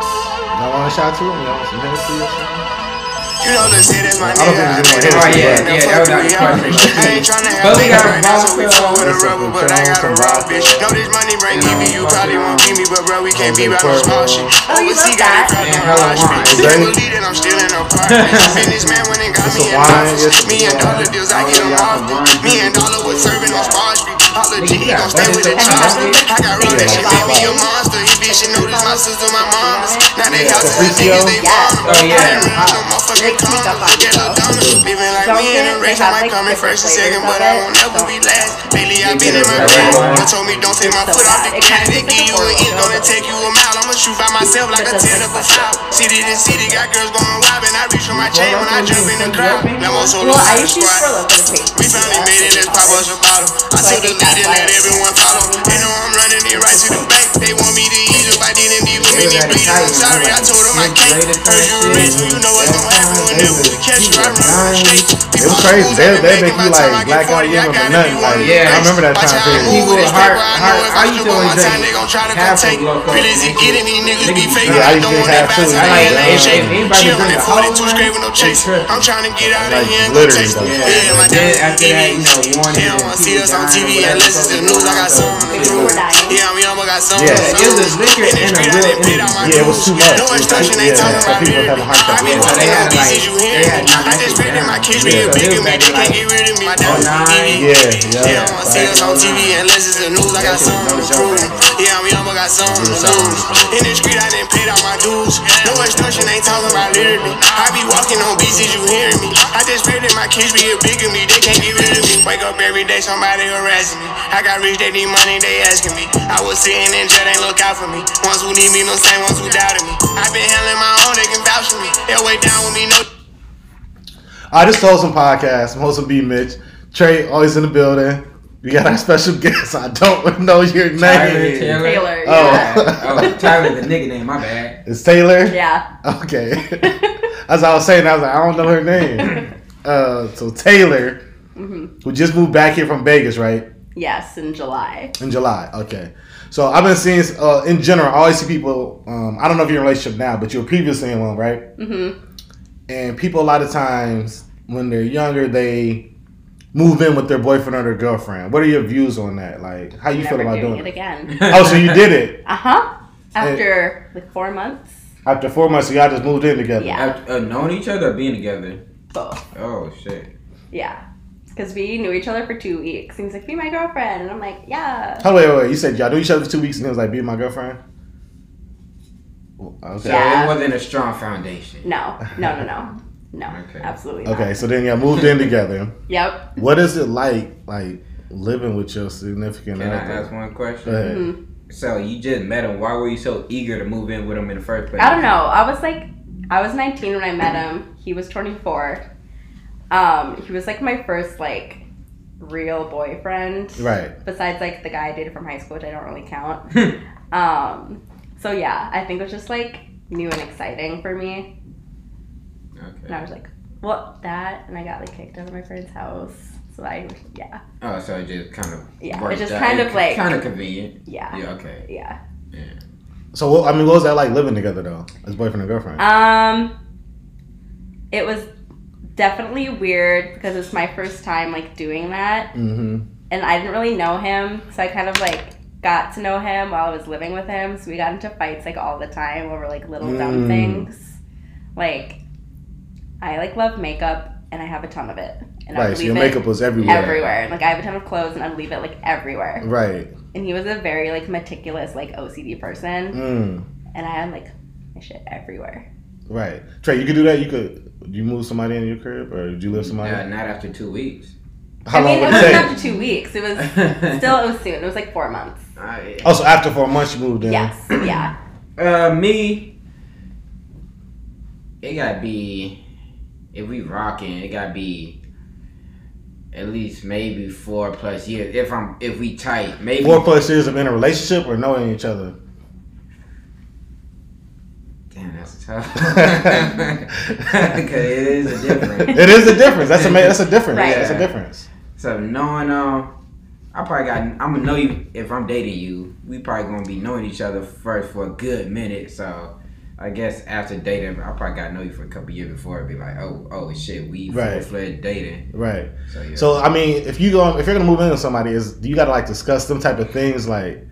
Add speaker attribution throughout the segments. Speaker 1: Y'all want a shot too? Y'all want some Hennessy or something?
Speaker 2: You know the city is my
Speaker 1: I don't think
Speaker 2: nigga.
Speaker 1: it's gonna hit.
Speaker 2: I been fucking
Speaker 1: Right, yeah,
Speaker 2: with them for
Speaker 3: yeah, that
Speaker 2: three
Speaker 3: was
Speaker 2: years. I
Speaker 3: not
Speaker 2: ain't tryna have
Speaker 3: But we
Speaker 2: niggas
Speaker 3: got a
Speaker 2: right now, so we
Speaker 3: vodka,
Speaker 2: fuck with a
Speaker 1: that's
Speaker 2: rubber,
Speaker 1: something
Speaker 2: but I
Speaker 1: Crown,
Speaker 2: got a
Speaker 1: some
Speaker 2: raw
Speaker 1: vodka.
Speaker 2: bitch. Know this money bring
Speaker 3: Yeah,
Speaker 2: me, you
Speaker 3: fuck
Speaker 2: probably
Speaker 3: it.
Speaker 2: won't keep me, but bro, we can't be
Speaker 1: Okay,
Speaker 2: right on
Speaker 1: Cuervo.
Speaker 2: small shit.
Speaker 4: Oh, you
Speaker 2: Overseas
Speaker 4: love
Speaker 2: got
Speaker 4: that.
Speaker 2: a crowd
Speaker 3: And
Speaker 2: on
Speaker 3: hella
Speaker 2: Wall Street.
Speaker 3: wine.
Speaker 2: Can't
Speaker 1: Okay.
Speaker 2: believe that I'm still in apartment. Businessman went and got
Speaker 1: It's
Speaker 2: me
Speaker 1: a
Speaker 2: in
Speaker 1: wine,
Speaker 2: office.
Speaker 1: it's a
Speaker 2: Me and
Speaker 1: wine.
Speaker 2: Dollar deals, I
Speaker 3: Oh,
Speaker 2: get them
Speaker 3: yeah,
Speaker 2: off.
Speaker 3: the wine.
Speaker 2: Me and Dollar was serving on Spar Street. Holla
Speaker 3: Nigga,
Speaker 2: G,
Speaker 3: you
Speaker 2: he
Speaker 3: got
Speaker 2: gon' stay
Speaker 3: budget
Speaker 2: with the
Speaker 3: for that
Speaker 2: chopstick.
Speaker 4: shit?
Speaker 2: I got run
Speaker 1: Yeah,
Speaker 2: that shit,
Speaker 1: that's
Speaker 2: made me a
Speaker 4: fine.
Speaker 2: monster. He bitch, she noticed my sister, my mom. Now they
Speaker 1: Yeah,
Speaker 2: out to the
Speaker 1: Capriccio.
Speaker 2: niggas, they want 'em.
Speaker 3: Oh, yeah.
Speaker 2: I done ran them motherfucking
Speaker 4: Rick, speak up
Speaker 2: condoms.
Speaker 4: on
Speaker 2: Look at
Speaker 4: it,
Speaker 2: Lil
Speaker 4: though.
Speaker 2: Donna. Living like
Speaker 4: Don't
Speaker 2: we in the
Speaker 4: they
Speaker 2: race. I
Speaker 4: have,
Speaker 2: might
Speaker 4: like,
Speaker 2: come in
Speaker 4: different
Speaker 2: first and
Speaker 4: flavors
Speaker 2: second,
Speaker 4: of
Speaker 2: but I
Speaker 4: it?
Speaker 2: won't never
Speaker 4: Don't.
Speaker 2: be last. Lately I've
Speaker 3: They
Speaker 2: been in my
Speaker 3: get it
Speaker 2: bed.
Speaker 3: right.
Speaker 2: They told me don't take my
Speaker 4: It's
Speaker 2: foot
Speaker 4: so
Speaker 2: off
Speaker 4: bad.
Speaker 2: the
Speaker 4: It
Speaker 2: gas. They
Speaker 4: kinda tastes like
Speaker 2: give
Speaker 4: a
Speaker 2: you an
Speaker 4: Oreo,
Speaker 2: inch, gonna
Speaker 4: though.
Speaker 2: take you a mile. I'ma shoot by myself like
Speaker 4: It
Speaker 2: a
Speaker 4: does
Speaker 2: ten up
Speaker 4: taste
Speaker 2: a
Speaker 4: like that.
Speaker 2: foul. City to city, got girls going wild, and I reach for my chain when I jump in the crowd. Lamo solo
Speaker 4: Well, I
Speaker 2: side
Speaker 4: used to use
Speaker 2: squad.
Speaker 4: for local taste.
Speaker 2: We finally made it, let's pop us a bottle. I
Speaker 4: So I
Speaker 2: took the
Speaker 4: think
Speaker 2: lead
Speaker 4: that's
Speaker 2: and
Speaker 4: why
Speaker 2: let
Speaker 4: it's-
Speaker 2: everyone follow. They know I'm running it right to the bank. They want me to eat if I didn't eat with
Speaker 3: They
Speaker 2: me,
Speaker 3: was at
Speaker 2: please. I'm
Speaker 3: Italian,
Speaker 2: sorry, I
Speaker 3: like,
Speaker 2: told them I
Speaker 3: Smith
Speaker 2: can't.
Speaker 3: Later
Speaker 2: Heard you
Speaker 3: type
Speaker 2: a
Speaker 3: shit.
Speaker 2: rich, you know what's
Speaker 1: That
Speaker 2: gonna happen
Speaker 1: time,
Speaker 2: when
Speaker 1: they
Speaker 2: they
Speaker 1: was,
Speaker 2: catch
Speaker 1: he
Speaker 2: you. I
Speaker 1: was
Speaker 2: run the
Speaker 1: dying.
Speaker 2: street.
Speaker 1: It was crazy. They, they make you like black out women or
Speaker 2: I gotta be
Speaker 1: nothing.
Speaker 2: one
Speaker 1: Like,
Speaker 2: of
Speaker 3: Yeah.
Speaker 1: I remember that
Speaker 2: Watch
Speaker 1: time
Speaker 2: how I
Speaker 1: period.
Speaker 2: move
Speaker 3: People
Speaker 2: with this
Speaker 3: hard-
Speaker 2: paper. I know
Speaker 3: hard-
Speaker 2: if
Speaker 3: I
Speaker 2: I
Speaker 3: used
Speaker 2: slip
Speaker 3: to
Speaker 2: on
Speaker 3: only
Speaker 2: my time,
Speaker 3: drink
Speaker 2: they gon' try to
Speaker 3: half a
Speaker 2: take.
Speaker 3: Glock up.
Speaker 2: Really, is it getting these niggas be
Speaker 3: Niggas be
Speaker 2: fake?
Speaker 3: drunk.
Speaker 1: Yeah, I used to
Speaker 2: I don't
Speaker 1: drink
Speaker 2: want that
Speaker 1: half
Speaker 2: pass
Speaker 1: too.
Speaker 2: in the
Speaker 3: I like
Speaker 2: LA
Speaker 3: if,
Speaker 2: shake.
Speaker 3: if anybody
Speaker 2: She on
Speaker 3: drink
Speaker 2: that
Speaker 3: a
Speaker 2: 42
Speaker 3: whole
Speaker 2: straight
Speaker 3: one,
Speaker 2: with no
Speaker 3: they
Speaker 2: chase.
Speaker 3: trip.
Speaker 2: I'm trying to get out of
Speaker 1: Like,
Speaker 2: here and go
Speaker 1: literally,
Speaker 2: taste.
Speaker 1: though.
Speaker 2: Yeah, my dad
Speaker 3: Then after that, you know, one
Speaker 2: They don't
Speaker 3: and
Speaker 2: wanna see
Speaker 3: people
Speaker 2: us on
Speaker 3: dying or
Speaker 2: TV
Speaker 3: whatever.
Speaker 2: unless it's the
Speaker 3: fucking
Speaker 2: news. I
Speaker 3: going
Speaker 2: got
Speaker 3: on, so
Speaker 2: someone to
Speaker 3: it's
Speaker 4: People
Speaker 2: prove.
Speaker 4: were
Speaker 3: over.
Speaker 4: dying.
Speaker 2: Yeah, I'm young, but got someone.
Speaker 1: Yeah.
Speaker 3: It was liquor
Speaker 2: In the
Speaker 3: and a
Speaker 2: street, I
Speaker 3: real
Speaker 2: done paid
Speaker 3: energy.
Speaker 2: out my
Speaker 1: Yeah, it was
Speaker 2: dues.
Speaker 1: too much.
Speaker 2: No
Speaker 1: It was too,
Speaker 2: instruction, they
Speaker 1: yeah,
Speaker 2: talking
Speaker 1: some
Speaker 2: about
Speaker 1: people was
Speaker 2: beer.
Speaker 1: having heart
Speaker 2: I
Speaker 1: attacks.
Speaker 2: been
Speaker 1: and
Speaker 3: So
Speaker 1: stuff.
Speaker 3: they
Speaker 2: talking
Speaker 3: had
Speaker 2: about
Speaker 3: like,
Speaker 2: pieces you
Speaker 3: they
Speaker 2: hear.
Speaker 3: had knocked
Speaker 2: I
Speaker 3: that
Speaker 2: just
Speaker 3: shit
Speaker 2: picking my
Speaker 3: down.
Speaker 2: kids
Speaker 1: Yeah.
Speaker 2: real
Speaker 3: So
Speaker 2: big
Speaker 3: it
Speaker 2: and
Speaker 3: was
Speaker 2: make you
Speaker 3: back in
Speaker 2: can't
Speaker 3: like
Speaker 2: get rid of me. My
Speaker 1: Oh,
Speaker 2: dad
Speaker 1: nah.
Speaker 2: TV.
Speaker 1: Yeah,
Speaker 2: They
Speaker 1: yeah.
Speaker 2: don't wanna see us on TV unless it's the news. I
Speaker 1: That shit
Speaker 2: got
Speaker 1: was
Speaker 2: someone
Speaker 1: no
Speaker 2: to
Speaker 1: joke
Speaker 2: prove.
Speaker 1: right there.
Speaker 2: Yeah, I'm young, but got someone to
Speaker 1: was
Speaker 2: lose.
Speaker 1: something.
Speaker 2: In the street, I done paid out my dues. No instruction, ain't talking about literally. I be walking on beaches, you hearing me. I just pray that my kids be a big of me. They can't get rid of me. Wake up every day, somebody harassing me. I got rich, they need money, they asking me. I was sitting in jail, they look out for me. Ones who need me, no same ones who doubted me. I been handling my own, they can vouch for me. They'll wait down with me, no.
Speaker 1: I just told some podcast. I'm Wholesome B Mitch. Trey always in the building. We got our special guest. I don't know your
Speaker 3: Tyler
Speaker 1: name.
Speaker 3: Taylor.
Speaker 4: Taylor,
Speaker 1: Oh.
Speaker 4: yeah.
Speaker 3: Oh, Tyler, the nigga name. My bad.
Speaker 1: It's Taylor.
Speaker 4: Yeah.
Speaker 1: Okay. As I was saying, I was like, I don't know her name. Uh, so Taylor, who just moved back here from Vegas, right?
Speaker 4: Yes, in July.
Speaker 1: In July. Okay. So I've been seeing, uh, in general, I always see people. Um, I don't know if you're in a relationship now, but you were previously in one, right?
Speaker 4: Mm-hmm.
Speaker 1: and people a lot of times when they're younger they move in with their boyfriend or their girlfriend what are your views on that like how you
Speaker 4: Never
Speaker 1: feel about
Speaker 4: doing
Speaker 1: doing
Speaker 4: it
Speaker 1: it
Speaker 4: again.
Speaker 1: oh so you did it
Speaker 4: Uh huh. After like four months.
Speaker 1: after four months y'all just moved in together
Speaker 4: Yeah.
Speaker 3: After, uh, knowing each other, or being together.
Speaker 4: Both.
Speaker 3: Oh shit.
Speaker 4: Yeah. Because we knew each other for two weeks. He's like, be my girlfriend. And I'm like, yeah.
Speaker 1: oh wait wait, wait you said y'all knew each other for two weeks and it was like be my girlfriend Well, okay
Speaker 3: So
Speaker 4: Yeah.
Speaker 3: it wasn't a strong foundation.
Speaker 4: No, no, no, no. No.
Speaker 3: Okay.
Speaker 4: Absolutely not.
Speaker 1: okay so then y'all moved in together
Speaker 4: Yep.
Speaker 1: what is it like like living with your significant
Speaker 3: Can I
Speaker 1: other
Speaker 3: ask one
Speaker 1: Go
Speaker 3: question?
Speaker 1: ahead.
Speaker 4: Mhm.
Speaker 3: So you just met him. Why were you so eager to move in with him in the first place?
Speaker 4: I don't know. I was like, I was 19 when I met him. He was 24. Um, he was like my first like real boyfriend.
Speaker 1: right
Speaker 4: Besides like the guy I dated from high school, which I don't really count.
Speaker 3: know.
Speaker 4: Um, so yeah, I think it was just like new and exciting for me. And I
Speaker 3: okay.
Speaker 4: was like, what that? And I got like kicked out of my friend's house. So I, yeah,
Speaker 3: Oh, so it just kind of
Speaker 4: Yeah, it
Speaker 3: worked
Speaker 4: just
Speaker 3: out.
Speaker 4: kind of, like-
Speaker 3: kind of convenient.
Speaker 4: yeah, yeah.
Speaker 3: Yeah. Okay.
Speaker 1: so what, i mean what was that like living together though as boyfriend and girlfriend
Speaker 4: Um, it was definitely weird because it's my first time like doing that,
Speaker 1: mm-hmm
Speaker 4: and I didn't really know him, so I kind of like got to know him while I was living with him. So we got into fights like all the time over like little dumb
Speaker 1: Mm.
Speaker 4: things. Like, I like love makeup, and I have a ton of it, and I
Speaker 1: right so
Speaker 4: leave
Speaker 1: your
Speaker 4: it
Speaker 1: makeup was everywhere
Speaker 4: everywhere. And, like I have a ton of clothes, and I leave it like everywhere.
Speaker 1: right
Speaker 4: and he was a very like meticulous like OCD person,
Speaker 1: mm.
Speaker 4: and I had like my shit everywhere.
Speaker 1: Right. Trey, you could do that. You could. You move somebody into your crib, or did you live somebody?
Speaker 3: Uh, not after two weeks.
Speaker 1: How
Speaker 4: I
Speaker 1: long
Speaker 4: mean, it
Speaker 1: would
Speaker 4: wasn't
Speaker 1: it take?
Speaker 4: after two weeks. It was still
Speaker 3: Still.
Speaker 4: it was soon. It was like four months.
Speaker 1: Also, Oh, after four months, you moved in.
Speaker 4: Yes, yeah.
Speaker 3: Uh, me. It gotta be. If we rocking, it gotta be. At least maybe four plus years. If I'm, if we tight, maybe
Speaker 1: Four plus years of in a relationship or knowing each other.
Speaker 3: Damn, that's tough. Because it is a difference.
Speaker 1: It is a difference. That's a ma- that's a difference.
Speaker 4: Right.
Speaker 1: That's a difference.
Speaker 3: So knowing, um, I probably got. I'm gonna know you if I'm dating you. We probably gonna be knowing each other first for a good minute. So I guess after dating, I probably got to know you for a couple years before I'd be like, oh, oh shit, we
Speaker 1: Right.
Speaker 3: full fledged dating.
Speaker 1: Right.
Speaker 3: So yeah.
Speaker 1: So I mean, if you go, if you're gonna move in with somebody, is you gotta like discuss them type of things, like,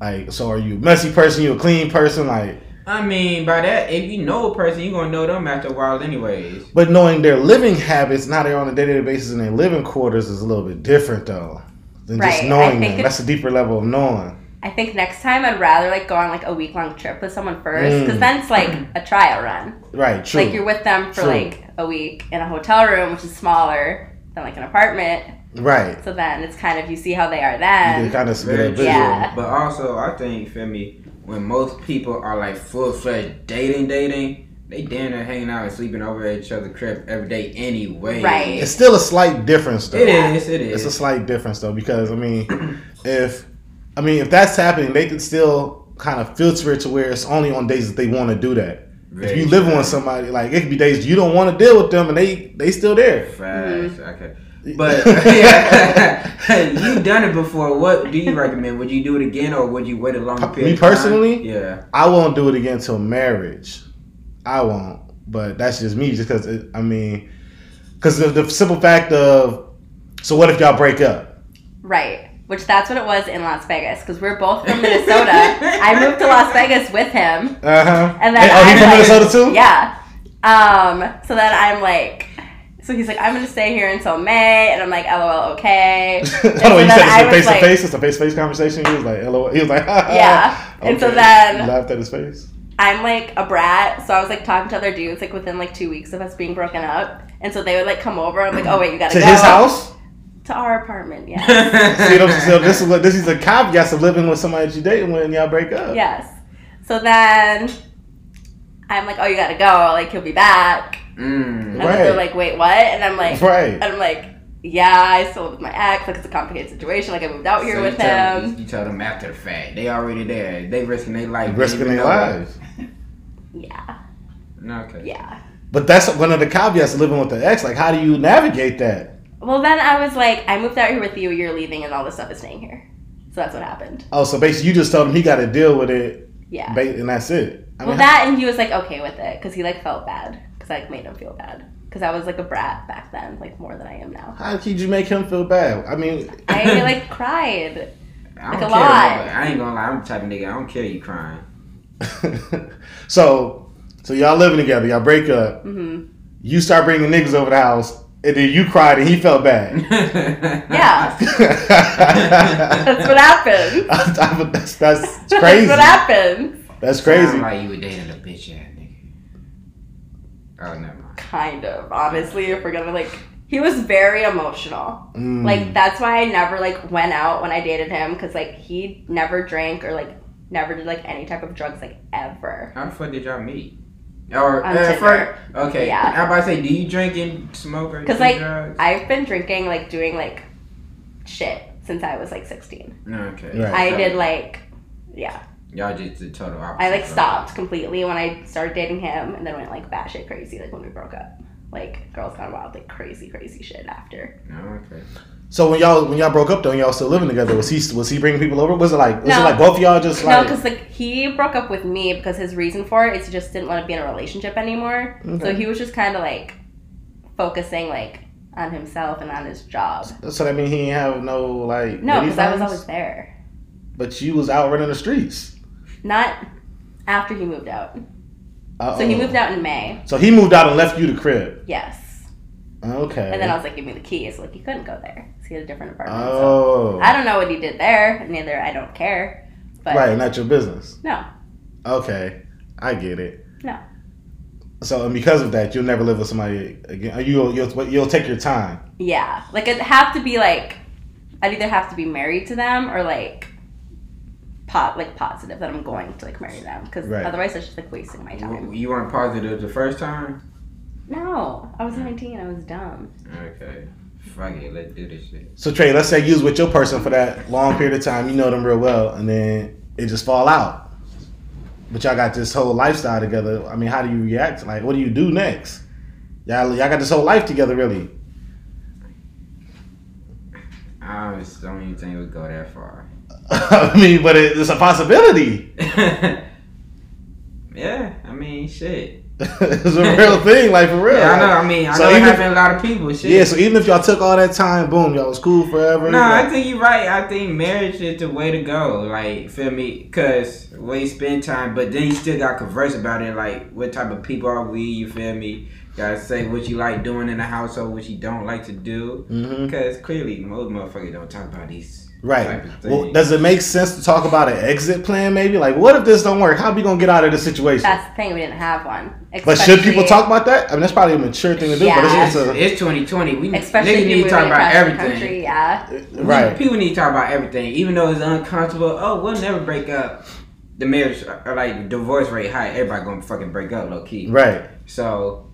Speaker 1: like, so are you a messy person? You a clean person? Like,
Speaker 3: I mean, by that, if you know a person, you gonna know them after a while, anyways.
Speaker 1: but knowing their living habits, now they're on a day-to-day basis in their living quarters is a little bit different though than just
Speaker 4: Right, I
Speaker 1: knowing
Speaker 4: think
Speaker 1: them.
Speaker 4: it-
Speaker 1: That's a deeper level of knowing.
Speaker 4: I think next time I'd rather like go on like a week long trip with someone first, because
Speaker 1: Mm.
Speaker 4: then it's like a trial run.
Speaker 1: Right. True.
Speaker 4: Like you're with them for
Speaker 1: True.
Speaker 4: like a week in a hotel room, which is smaller than like an apartment.
Speaker 1: right.
Speaker 4: So then it's kind of you see how they are
Speaker 1: You
Speaker 4: then.
Speaker 1: kind of get a
Speaker 3: Very
Speaker 1: visual.
Speaker 4: Yeah.
Speaker 3: But also, I think, feel me, when most people are like full fledged dating, dating, they damn near hanging out and sleeping over at each other's crib every day, anyway.
Speaker 4: Right.
Speaker 1: It's still a slight difference though.
Speaker 3: It is. It is.
Speaker 1: It's a slight difference though, because I mean, if I mean if that's happening, they can still kind of filter it to where it's only on days that they want to do that. if
Speaker 3: Very
Speaker 1: you live
Speaker 3: true.
Speaker 1: with somebody, like it could be days you don't want to deal with them, and they they still there.
Speaker 3: Facts.
Speaker 4: Mm-hmm.
Speaker 3: Okay. But you done it before. What do you recommend? Would you do it again, or would you wait a longer
Speaker 1: Me
Speaker 3: period? of
Speaker 1: personally?
Speaker 3: time? yeah.
Speaker 1: I won't do it again till marriage. I won't. But that's just me, just because I mean, because the, the simple fact of so what if y'all break up?
Speaker 4: Right. Which that's what it was in Las Vegas, because we're both from Minnesota. I moved to Las Vegas with him.
Speaker 1: Uh huh.
Speaker 4: And then
Speaker 1: oh,
Speaker 4: I'm
Speaker 1: he from
Speaker 4: like-
Speaker 1: Minnesota too.
Speaker 4: Yeah. Um, so then I'm like, so he's like, I'm gonna stay here until May, and I'm like, lol, okay. And
Speaker 1: oh,
Speaker 4: so
Speaker 1: you said
Speaker 4: then I
Speaker 1: it's a
Speaker 4: was
Speaker 1: face to
Speaker 4: like-
Speaker 1: face. It's a face to face conversation. He was like, "Hello." He was like,
Speaker 4: Yeah. And so
Speaker 1: Oh, Okay.
Speaker 4: then-
Speaker 1: You laughed at his face.
Speaker 4: I'm like a brat, so I was like talking to other dudes like within like two weeks of us being broken up, and so they would like come over. I'm like, oh wait, you gotta
Speaker 1: To
Speaker 4: go
Speaker 1: his house.
Speaker 4: to our apartment. Yeah.
Speaker 1: See,
Speaker 3: See,
Speaker 1: what I'm saying? so this is what this is a caveat of living with somebody that you dating when y'all break up.
Speaker 4: yes. So then I'm like, oh, you gotta go. Like he'll be back.
Speaker 3: mm.
Speaker 4: And then
Speaker 1: Right.
Speaker 4: they're like, wait, what? And I'm like, and
Speaker 1: Right.
Speaker 4: I'm like, yeah, I still live with my ex. Like it's a complicated situation. Like I moved out here
Speaker 3: So
Speaker 4: with
Speaker 3: you tell,
Speaker 4: him.
Speaker 3: You tell them after the fact. They already there. They risking their life. They
Speaker 1: Risking
Speaker 3: even
Speaker 1: their
Speaker 3: know it.
Speaker 1: lives.
Speaker 4: Yeah,
Speaker 3: No, okay.
Speaker 4: yeah.
Speaker 1: But that's one of the caveats of living with the ex. Like, how do you navigate that?
Speaker 4: Well, then I was like, I moved out here with you. You're leaving, and all this stuff is staying here. So that's what happened.
Speaker 1: Oh, so basically, you just told him he got to deal with it,
Speaker 4: Yeah.
Speaker 1: ba- and that's it. I
Speaker 4: Well,
Speaker 1: mean,
Speaker 4: that and he was like okay with it because he like felt bad because I like, made him feel bad because I was like a brat back then, like more than I am now.
Speaker 1: how, how could you make him feel bad? I mean,
Speaker 4: I like cried.
Speaker 3: I
Speaker 4: Like
Speaker 3: don't care.
Speaker 4: a lot.
Speaker 3: But I ain't gonna lie. I'm the type of nigga. I don't care you crying.
Speaker 1: so so y'all living together, y'all break up,
Speaker 4: hmm
Speaker 1: you start bringing niggas over the house, and then you cried and he felt bad.
Speaker 4: Yeah,
Speaker 1: I,
Speaker 4: that's what happened.
Speaker 1: I, that's, that's
Speaker 4: that's
Speaker 1: crazy.
Speaker 4: what happened.
Speaker 1: That's crazy.
Speaker 3: Sound like you were dating a bitch ass nigga. Oh, never mind.
Speaker 4: Kind of, honestly, if we're gonna like, he was very emotional.
Speaker 1: Mm.
Speaker 4: Like that's why I never like went out when I dated him because like he never drank or like never did like any type of drugs like ever.
Speaker 3: How the fuck did y'all meet? Or
Speaker 4: On
Speaker 3: uh,
Speaker 4: Tinder.
Speaker 3: first, okay.
Speaker 4: Yeah.
Speaker 3: I'm about to say, do you drink and smoke or
Speaker 4: 'Cause,
Speaker 3: do
Speaker 4: like,
Speaker 3: drugs?
Speaker 4: I've been drinking like doing like shit since I was like 16.
Speaker 3: No, okay.
Speaker 1: Right.
Speaker 4: I
Speaker 3: So,
Speaker 4: did like
Speaker 3: Y'all just the total opposite.
Speaker 4: I like stopped completely when I started dating him, and then went like batshit crazy like when we broke up. Like girls gone wild, like crazy crazy shit after.
Speaker 3: No, okay.
Speaker 1: so when y'all when y'all broke up though, and y'all still living together, was he was he bringing people over? Was it like was it
Speaker 4: No.
Speaker 1: like both of y'all just
Speaker 4: No,
Speaker 1: like?
Speaker 4: because like he broke up with me because his reason for it is he just didn't want to be in a relationship anymore. So
Speaker 1: Okay.
Speaker 4: he was just kind of like focusing like on himself and on his job.
Speaker 1: so that mean he ain't have no like.
Speaker 4: No,
Speaker 1: lady
Speaker 4: because I was
Speaker 1: friends?
Speaker 4: always there.
Speaker 1: But you was out running the streets.
Speaker 4: Not after he moved out.
Speaker 1: Uh-oh.
Speaker 4: So he moved out in May.
Speaker 1: So he moved out and left you the crib.
Speaker 4: Yes.
Speaker 1: Okay.
Speaker 4: And then I was like, give me the keys. Like he couldn't go there. 'cause he had a different apartment.
Speaker 1: Oh.
Speaker 4: so- I don't know what he did there. Neither I don't care. But
Speaker 1: right, not your business.
Speaker 4: no,
Speaker 1: Okay, I get it.
Speaker 4: No.
Speaker 1: So and because of that, you'll never live with somebody again. Uh, You'll you'll you'll take your time.
Speaker 4: yeah, like I'd have to be like, I'd either have to be married to them or like, pot like positive that I'm going to like marry them because
Speaker 1: Right.
Speaker 4: otherwise it's just like wasting my time.
Speaker 3: You weren't positive the first time?
Speaker 4: No, I was 19. I was dumb.
Speaker 3: Okay. Fuck it. Let's do this shit.
Speaker 1: So Trey, let's say you was with your person for that long period of time. You know them real well, and then it just fall out. But y'all got this whole lifestyle together. I mean, how do you react? Like, what do you do next? Y'all y'all got this whole life together, really.
Speaker 3: I just don't even think it would go that far.
Speaker 1: I mean, but it, it's a possibility.
Speaker 3: Yeah, I mean, shit.
Speaker 1: it's a real thing, like for real.
Speaker 3: Yeah, I
Speaker 1: like-
Speaker 3: know. I mean, I
Speaker 1: so
Speaker 3: know it
Speaker 1: even-
Speaker 3: happened to a lot of people. Shit.
Speaker 1: Yeah, so even if y'all took all that time, boom, y'all was cool forever.
Speaker 3: No, I
Speaker 1: like,
Speaker 3: think you're right. I think marriage is the way to go. Like, feel me? Because we spend time, but then you still got to converse about it. Like, what type of people are we? You feel me? Gotta say what you like doing in the household, what you don't like to do.
Speaker 1: Mhm.
Speaker 3: Because clearly, most motherfuckers don't talk about these.
Speaker 1: Right.
Speaker 3: type of
Speaker 1: Well,
Speaker 3: things.
Speaker 1: does it make sense to talk about an exit plan? Maybe like, what if this don't work? How we gonna get out of this situation?
Speaker 4: That's the thing. We didn't have one.
Speaker 1: but should people talk about that? I mean, that's probably a mature thing to do. But
Speaker 4: Yeah.
Speaker 1: it's
Speaker 3: it's,
Speaker 1: just a,
Speaker 3: it's 2020. We
Speaker 4: Especially
Speaker 3: especially
Speaker 4: if you
Speaker 3: need to
Speaker 4: move
Speaker 3: talk about
Speaker 4: across the
Speaker 3: everything.
Speaker 4: country. Yeah.
Speaker 3: We-
Speaker 1: right.
Speaker 3: People need to talk about everything, even though it's uncomfortable. Oh, we'll never break up. The marriage, or like divorce rate high. Everybody gonna fucking break up, low key.
Speaker 1: Right.
Speaker 3: So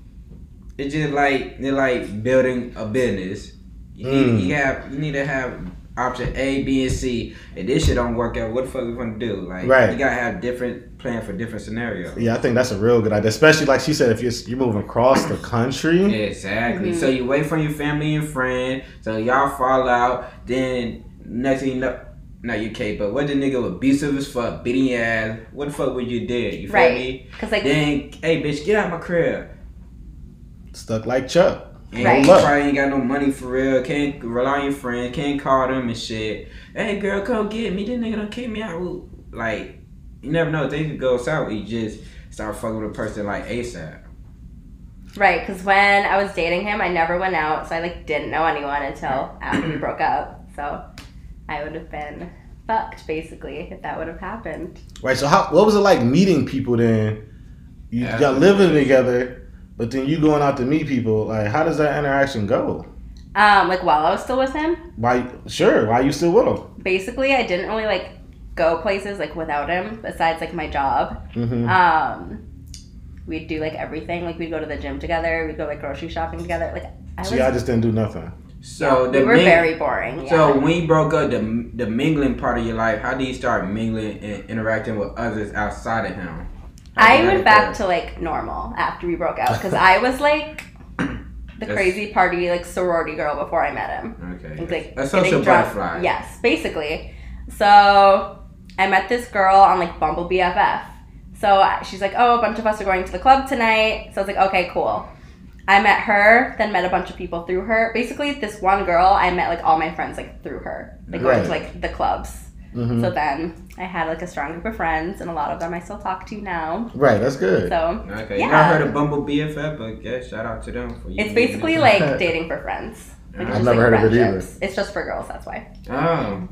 Speaker 3: it's just like they're like building a business. You,
Speaker 1: Mm.
Speaker 3: need, you have you need to have option A, B, and C. If this shit don't work out, what the fuck we gonna do? Like
Speaker 1: Right.
Speaker 3: you gotta have different plan for different scenarios.
Speaker 1: Yeah, I think that's a real good idea. Especially like she said, if you're you're moving across the country.
Speaker 3: Exactly.
Speaker 4: Mhm.
Speaker 3: So you wait from your family and friends. So y'all fall out. Then next thing you know, not your case, but what the nigga was abusive as fuck, beating your ass. What the fuck would you do? You feel
Speaker 4: Right.
Speaker 3: me?
Speaker 4: Because like
Speaker 3: Then hey bitch, get out my crib.
Speaker 1: Stuck like Chuck.
Speaker 3: And
Speaker 4: Right.
Speaker 3: you
Speaker 1: Look.
Speaker 3: probably ain't got no money for real. Can't rely on your friends. Can't call them and shit. Hey, girl, come get me. This nigga done kick me out. Ooh. Like, you never know. Things could go south. You just start fucking with a person like ASAP.
Speaker 4: right. Because when I was dating him, I never went out, so I like didn't know anyone until after we broke up. So I would have been fucked basically if that would have happened.
Speaker 1: Right. So how what was it like meeting people then? You,
Speaker 3: Yeah.
Speaker 1: y'all living together, but then you going out to meet people. Like, how does that interaction go?
Speaker 4: Um, like while I was still with him,
Speaker 1: Why? Sure. Why you still with them?
Speaker 4: basically I didn't really like go places like without him besides like my job.
Speaker 3: Mm.
Speaker 1: Mm-hmm.
Speaker 4: Um, we'd do like everything. Like we'd go to the gym together. We'd go like grocery shopping together. Like I was,
Speaker 1: so y'all just didn't do nothing.
Speaker 3: So the
Speaker 4: we were
Speaker 3: ming-
Speaker 4: very boring. Yeah.
Speaker 3: So when you broke up, the the mingling part of your life, how do you start mingling and interacting with others outside of him? How
Speaker 4: I
Speaker 3: did that
Speaker 4: went back
Speaker 3: occur?
Speaker 4: to like normal after we broke up because I was like the
Speaker 3: That's-
Speaker 4: crazy party like sorority girl before I met him.
Speaker 3: okay,
Speaker 4: Like, like
Speaker 3: a social
Speaker 4: getting drunk.
Speaker 3: butterfly.
Speaker 4: Yes, basically. So I met this girl on like Bumble BFF. So I- she's like, oh, a bunch of us are going to the club tonight. So I was like, okay, cool. I met her, then met a bunch of people through her. Basically, this one girl, I met like all my friends like through her, like going to
Speaker 1: Right.
Speaker 4: like the clubs.
Speaker 1: hmm
Speaker 4: So then I had like a strong group of friends, and a lot of them I still talk to now.
Speaker 1: Right. That's good.
Speaker 4: So
Speaker 3: Okay, you
Speaker 4: Yeah.
Speaker 3: never heard of Bumble BFF, but yeah, shout out to them for you.
Speaker 4: it's basically like dating for friends.
Speaker 3: I've
Speaker 4: Like, it's just,
Speaker 1: never
Speaker 4: like,
Speaker 1: heard of it either.
Speaker 4: friendships. It's just for girls, that's why.
Speaker 3: oh,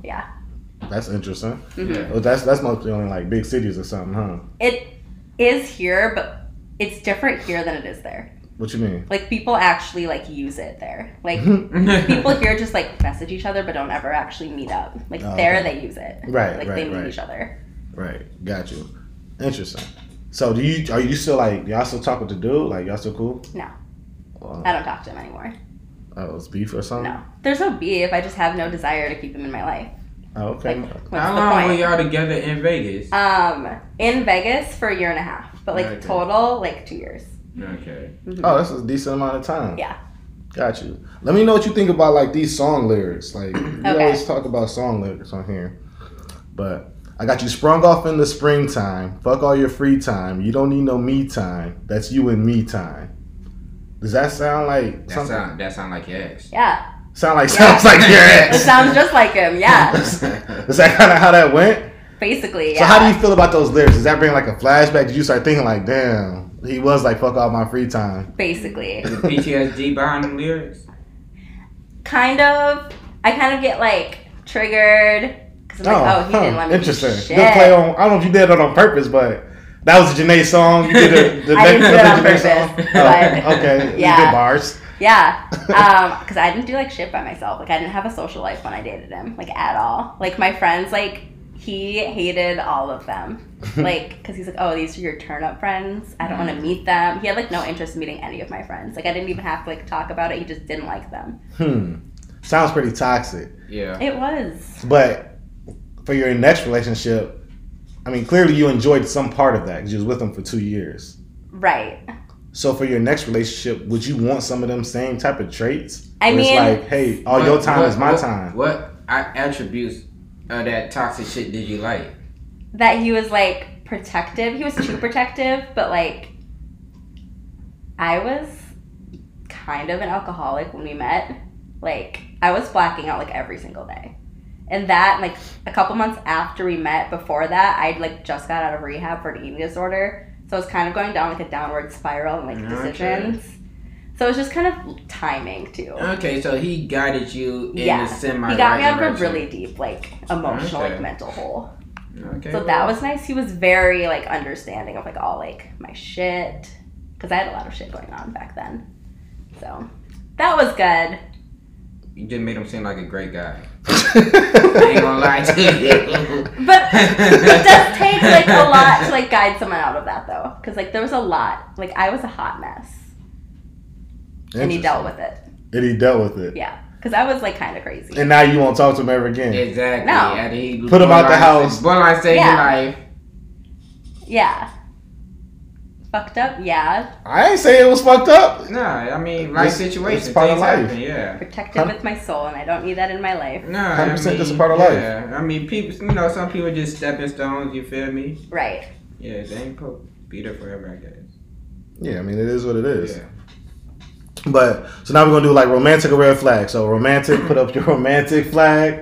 Speaker 1: That's interesting.
Speaker 4: Mhm.
Speaker 3: yeah.
Speaker 1: Well, that's that's mostly only like big cities or something, huh?
Speaker 4: It is here, but it's different here than it is there.
Speaker 1: What you mean?
Speaker 4: Like people actually like use it there. Like people here just like message each other, but don't ever actually meet up. Like
Speaker 1: Oh,
Speaker 4: there,
Speaker 1: okay.
Speaker 4: they use it.
Speaker 1: Right,
Speaker 4: Like
Speaker 1: right,
Speaker 4: they meet
Speaker 1: right.
Speaker 4: each other.
Speaker 1: Right. Got you. Interesting. So do you are you still like y'all still talk with the dude? Like y'all still cool?
Speaker 4: No.
Speaker 1: Well,
Speaker 4: I don't talk to him anymore.
Speaker 1: oh, it's beef or something.
Speaker 4: No, there's no beef. I just have no desire to keep him in my life.
Speaker 1: Oh, okay.
Speaker 4: Like, what's
Speaker 3: How
Speaker 4: the
Speaker 3: long were
Speaker 4: point?
Speaker 3: y'all together in Vegas?
Speaker 4: Um, in Vegas for a year and a half, but like
Speaker 3: Okay.
Speaker 4: total like two years. Mm-hmm.
Speaker 3: Okay.
Speaker 1: oh, that's a decent amount of time.
Speaker 4: Yeah.
Speaker 1: Got you. Let me know what you think about like these song lyrics. Like we
Speaker 4: Okay.
Speaker 1: always talk about song lyrics on here, but I got you sprung off in the springtime. Fuck all your free time. You don't need no me time. That's you and me time. Does that sound like
Speaker 3: That
Speaker 1: something? Sound,
Speaker 3: sound that sound like your ex.
Speaker 4: Yeah,
Speaker 1: like
Speaker 4: Yeah.
Speaker 1: sounds like your
Speaker 4: it
Speaker 1: ex.
Speaker 4: sounds just like him. Yeah,
Speaker 1: Is that kind of how that went?
Speaker 4: basically. Yeah.
Speaker 1: So how do you feel about those lyrics? Does that bring like a flashback? Did you start thinking like, damn, he was like fuck all my free time?
Speaker 4: basically?
Speaker 3: Is it PTSD behind the lyrics?
Speaker 4: kind of. I kind of get like triggered because I'm like, oh, he
Speaker 1: huh,
Speaker 4: didn't let me.
Speaker 1: interesting.
Speaker 4: Do shit.
Speaker 1: Good play on. I don't know if you did that on purpose, but that was a Janae song. You did a, the
Speaker 4: I
Speaker 1: next
Speaker 4: didn't do it on
Speaker 1: Janae
Speaker 4: purpose,
Speaker 1: song.
Speaker 4: but-
Speaker 1: Oh, okay, yeah. you
Speaker 4: Yeah. Um,
Speaker 1: did bars.
Speaker 4: Yeah, because I didn't do like shit by myself. Like I didn't have a social life when I dated him, like at all. Like my friends, like he hated all of them, like because he's like, oh, these are your turn up friends. I don't want
Speaker 1: Mm.
Speaker 4: to meet them. He had like no interest in meeting any of my friends. Like I didn't even have to like talk about it. He just didn't like them.
Speaker 1: Hmm, sounds pretty toxic.
Speaker 3: Yeah.
Speaker 4: It was
Speaker 1: But for your next relationship, I mean, clearly you enjoyed some part of that because you was with him for two years.
Speaker 4: right.
Speaker 1: So for your next relationship, would you want some of them same type of traits?
Speaker 4: I
Speaker 1: Where
Speaker 4: mean-
Speaker 1: it's like, hey, all Oh, your
Speaker 3: What-
Speaker 1: time
Speaker 3: what-
Speaker 1: is my
Speaker 3: what-
Speaker 1: time.
Speaker 3: What I- attributes of that toxic shit did you like?
Speaker 4: That he was like protective. He was too protective, but like I was kind of an alcoholic when we met. Like I was blacking out like every single day. And that like a couple months after we met before that, I'd like just got out of rehab for an eating disorder. So I was kind of going down like a downward spiral and like
Speaker 3: Okay.
Speaker 4: decisions. So it was just kind of timing too.
Speaker 3: Okay, so he guided you in
Speaker 4: Oh. Yeah.
Speaker 3: the semi.
Speaker 4: He got me out
Speaker 3: right
Speaker 4: of a
Speaker 3: direction.
Speaker 4: really deep, like emotional,
Speaker 3: Okay.
Speaker 4: like mental hole.
Speaker 3: Okay.
Speaker 4: So that was nice. He was very like understanding of like all like my shit because I had a lot of shit going on back then. So that was good.
Speaker 3: You just made him seem like a great guy. I ain't gonna
Speaker 1: ain't
Speaker 3: lie to you.
Speaker 4: But it does take like a lot to like guide someone out of that though, because like there was a lot. Like I was a hot mess, and he dealt with it.
Speaker 1: And he dealt with it.
Speaker 4: Yeah, because I was like kind of crazy.
Speaker 1: And now you won't talk to him ever again.
Speaker 3: Exactly.
Speaker 4: No.
Speaker 3: And he
Speaker 1: Put him out the
Speaker 3: borderline-
Speaker 1: house.
Speaker 3: Borderline saved your
Speaker 4: Yeah.
Speaker 3: life.
Speaker 4: Yeah, fucked up. Yeah,
Speaker 1: I ain't say it was fucked up.
Speaker 3: No, I mean life
Speaker 1: It's-
Speaker 3: situation.
Speaker 1: it's part of
Speaker 3: things
Speaker 1: life.
Speaker 3: happen, yeah.
Speaker 4: protected with my soul, and I don't need that in my life.
Speaker 3: No,
Speaker 1: 100%
Speaker 3: I mean,
Speaker 1: that's a part of life.
Speaker 3: Yeah, I mean, people. You know, some people just stepping stones. You feel me?
Speaker 4: Right.
Speaker 3: Yeah, they ain't po- be there forever. I guess.
Speaker 1: Yeah, I mean it is what it is.
Speaker 3: Yeah.
Speaker 1: But so now we're gonna do like romantic or red flag. So romantic, put up your romantic flag.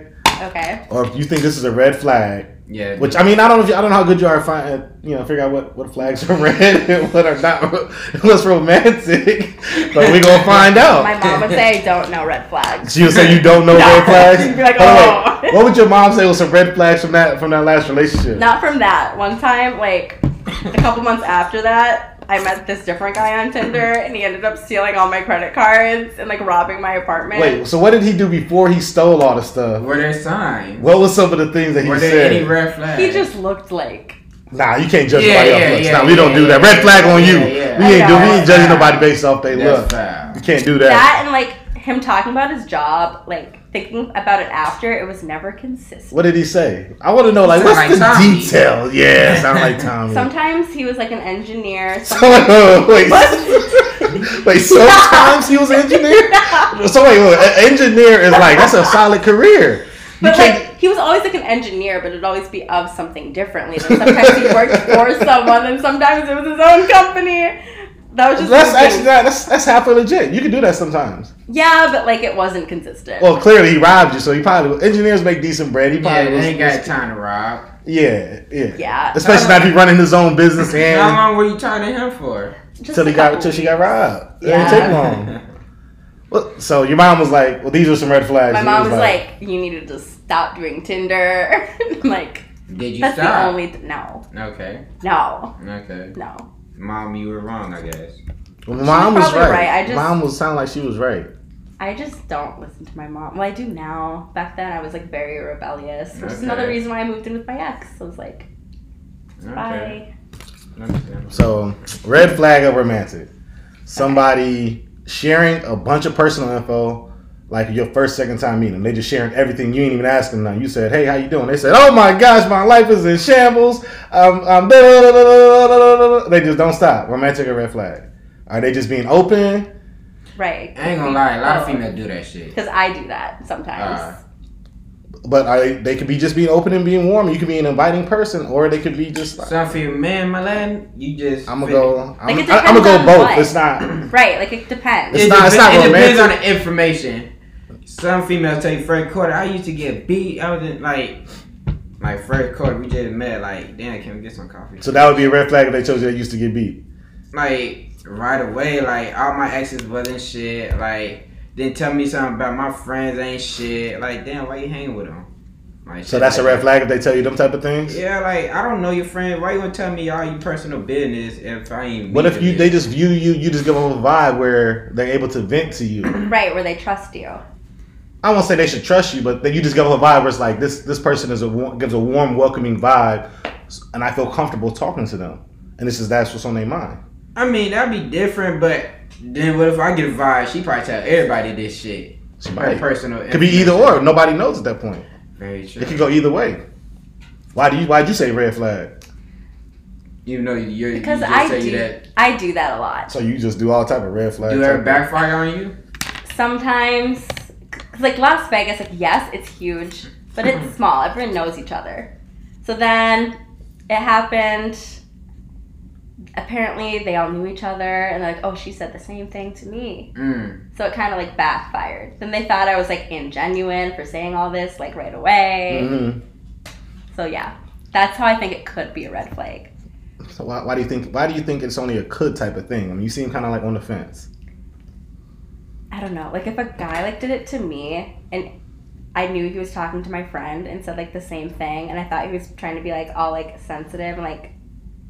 Speaker 4: Okay.
Speaker 1: Or if you think this is a red flag,
Speaker 3: Yeah.
Speaker 1: which I mean I don't know if you, I don't know how good you are at find, at, you know figure out what, what flags are red and what are not what's romantic, but we gonna find out.
Speaker 4: My mom would say, I don't know red flags.
Speaker 1: She would say you don't know red flags.
Speaker 4: You'd be like,
Speaker 1: Hold
Speaker 4: "Oh."
Speaker 1: on, wait. What would your mom say was some red flags from that from that last relationship?
Speaker 4: Not from that. One time, like a couple months after that, I met this different guy on Tinder and he ended up stealing all my credit cards and like robbing my apartment.
Speaker 1: Wait, so what did he do before he stole all the stuff?
Speaker 3: were there signs?
Speaker 1: What was some of the things that he
Speaker 3: were there
Speaker 1: said?
Speaker 3: any red flags?
Speaker 4: He just looked like
Speaker 1: Nah, you can't judge
Speaker 3: Yeah,
Speaker 1: nobody
Speaker 3: yeah,
Speaker 1: off looks.
Speaker 3: yeah,
Speaker 1: nah, we don't
Speaker 3: yeah,
Speaker 1: do that.
Speaker 3: yeah,
Speaker 1: Red flag on you.
Speaker 3: yeah, yeah.
Speaker 1: We ain't do. We ain't judging
Speaker 3: Okay.
Speaker 1: nobody based off their
Speaker 3: That's
Speaker 1: look.
Speaker 3: foul.
Speaker 1: You can't do that.
Speaker 4: that and like him talking about his job, like thinking about it after, it was never consistent.
Speaker 1: What did he say? I want to know, like,
Speaker 3: Sound
Speaker 1: what's the
Speaker 3: like Tommy.
Speaker 1: detail? Yeah, sound like Tommy.
Speaker 4: Sometimes he was like an engineer. Sometimes
Speaker 1: So- wait,
Speaker 4: What?
Speaker 1: wait. Sometimes he was an engineer. So wait, wait, an engineer is like that's a solid career. You
Speaker 4: But
Speaker 1: can't.
Speaker 4: like he was always like an engineer, but it'd always be of something differently. Like, sometimes he worked for someone, and sometimes it was his own company. That was just
Speaker 1: that's
Speaker 4: the thing.
Speaker 1: actually not, that's that's half legit. You can do that sometimes.
Speaker 4: yeah, but like it wasn't consistent.
Speaker 1: Well, clearly he robbed you, so he probably engineers make decent bread. He
Speaker 3: Yeah,
Speaker 1: probably
Speaker 3: they
Speaker 1: was,
Speaker 3: ain't got time to rob.
Speaker 1: yeah, yeah,
Speaker 4: yeah,
Speaker 1: Especially now if he running his own business
Speaker 3: How
Speaker 1: and
Speaker 3: long were you turning him for?
Speaker 4: just
Speaker 1: till he
Speaker 4: a
Speaker 1: got
Speaker 4: couple
Speaker 1: till she got
Speaker 4: weeks.
Speaker 1: robbed. It
Speaker 4: Yeah.
Speaker 1: didn't take long. Well, so your mom was like, "Well, these are some red flags."
Speaker 4: My
Speaker 1: You
Speaker 4: mom was like, "You needed to stop doing Tinder." I'm like
Speaker 3: Did you
Speaker 4: that's the
Speaker 3: stop?
Speaker 4: only th- no,
Speaker 3: okay,
Speaker 4: no,
Speaker 3: okay.
Speaker 4: no.
Speaker 3: Mom, you were wrong, I guess.
Speaker 1: Well, "Mom was
Speaker 4: probably
Speaker 1: right."
Speaker 4: right. I just-
Speaker 1: mom was sound like she was right.
Speaker 4: I just don't listen to my mom. Well, I do now. Back then, I was like very rebellious, which is
Speaker 3: Okay.
Speaker 4: another reason why I moved in with my ex. I was like,
Speaker 3: Okay.
Speaker 4: bye.
Speaker 3: Understand.
Speaker 1: So, red flag of romantic. Somebody sharing a bunch of personal info, like your first, second time meeting. They just sharing everything. You ain't even asking them. You said, "Hey, how you doing?" They said, "Oh my gosh, my life is in shambles." Um, um, da- da- da- da- da- da- da- da- They just don't stop. Romantic or red flag? Are they just being open?
Speaker 4: Right.
Speaker 3: I ain't gonna lie, a lot of females do that shit.
Speaker 4: Because I do that sometimes.
Speaker 3: Ah.
Speaker 1: But are they, they could be just being open and being warm. You could be an inviting person, or they could be just. Like,
Speaker 3: Some female, man, my lad, you just.
Speaker 1: I'm gonna
Speaker 3: fit it.
Speaker 1: go. I'm,
Speaker 4: Like, it
Speaker 1: I'm gonna
Speaker 4: depends
Speaker 1: go
Speaker 4: on
Speaker 1: both.
Speaker 4: what.
Speaker 1: It's not.
Speaker 4: right, like it depends.
Speaker 1: It's
Speaker 3: it
Speaker 1: not- it's
Speaker 3: depe-
Speaker 1: not
Speaker 3: It depends on
Speaker 1: romantic.
Speaker 3: the information. Some females take first quarter. I used to get beat. I was in, like, like first quarter. We just met. Like, damn, can we get some coffee?
Speaker 1: So that would be a red flag if they told you they used to get beat.
Speaker 3: like right away. Like all my exes wasn't shit. Like then tell me something about my friends ain't shit. Like damn, why you hanging with them? Like,
Speaker 1: So
Speaker 3: shit
Speaker 1: that's a
Speaker 3: like
Speaker 1: red
Speaker 3: that.
Speaker 1: flag if they tell you them type of things.
Speaker 3: Yeah, like I don't know your friend. Why you gonna tell me all your personal business if I ain't?
Speaker 1: What if
Speaker 3: meeting
Speaker 1: you they just view you? You just give them a vibe where they're able to vent to you.
Speaker 4: Right, where they trust you.
Speaker 1: I won't say they should trust you, but then you just give them a vibe where it's like this. This person is a wa- gives a warm, welcoming vibe, and I feel comfortable talking to them. And this is that's what's on their mind.
Speaker 3: I mean, that'd be different, but then what if I get a vibe? She probably tell everybody this shit.
Speaker 1: She
Speaker 3: Her
Speaker 1: might.
Speaker 3: personal
Speaker 1: Could be either
Speaker 3: information.
Speaker 1: or. Nobody knows at that point.
Speaker 3: Very true.
Speaker 1: It could go either way. Why do you? Why'd you say red flag?
Speaker 3: Even though you're
Speaker 4: Because
Speaker 3: you just
Speaker 4: I
Speaker 3: say you
Speaker 4: do
Speaker 3: that.
Speaker 4: I do that a lot.
Speaker 1: So you just do all type of red flags.
Speaker 3: Do her backfire on you?
Speaker 4: Sometimes, 'cause, like Las Vegas, like yes, it's huge, but it's small. Everyone knows each other. So then it happened. Apparently, they all knew each other, and they're like, oh, she said the same thing to me.
Speaker 3: Mm.
Speaker 4: So it kind of like backfired. Then they thought I was like ingenuine for saying all this like right away.
Speaker 1: Mhm.
Speaker 4: So yeah, that's how I think it could be a red flag.
Speaker 1: So why, why do you think? Why do you think it's only a could type of thing? I mean, you seem kind of like on the fence.
Speaker 4: I don't know. Like if a guy like did it to me and I knew he was talking to my friend and said like the same thing and I thought he was trying to be like all like sensitive and like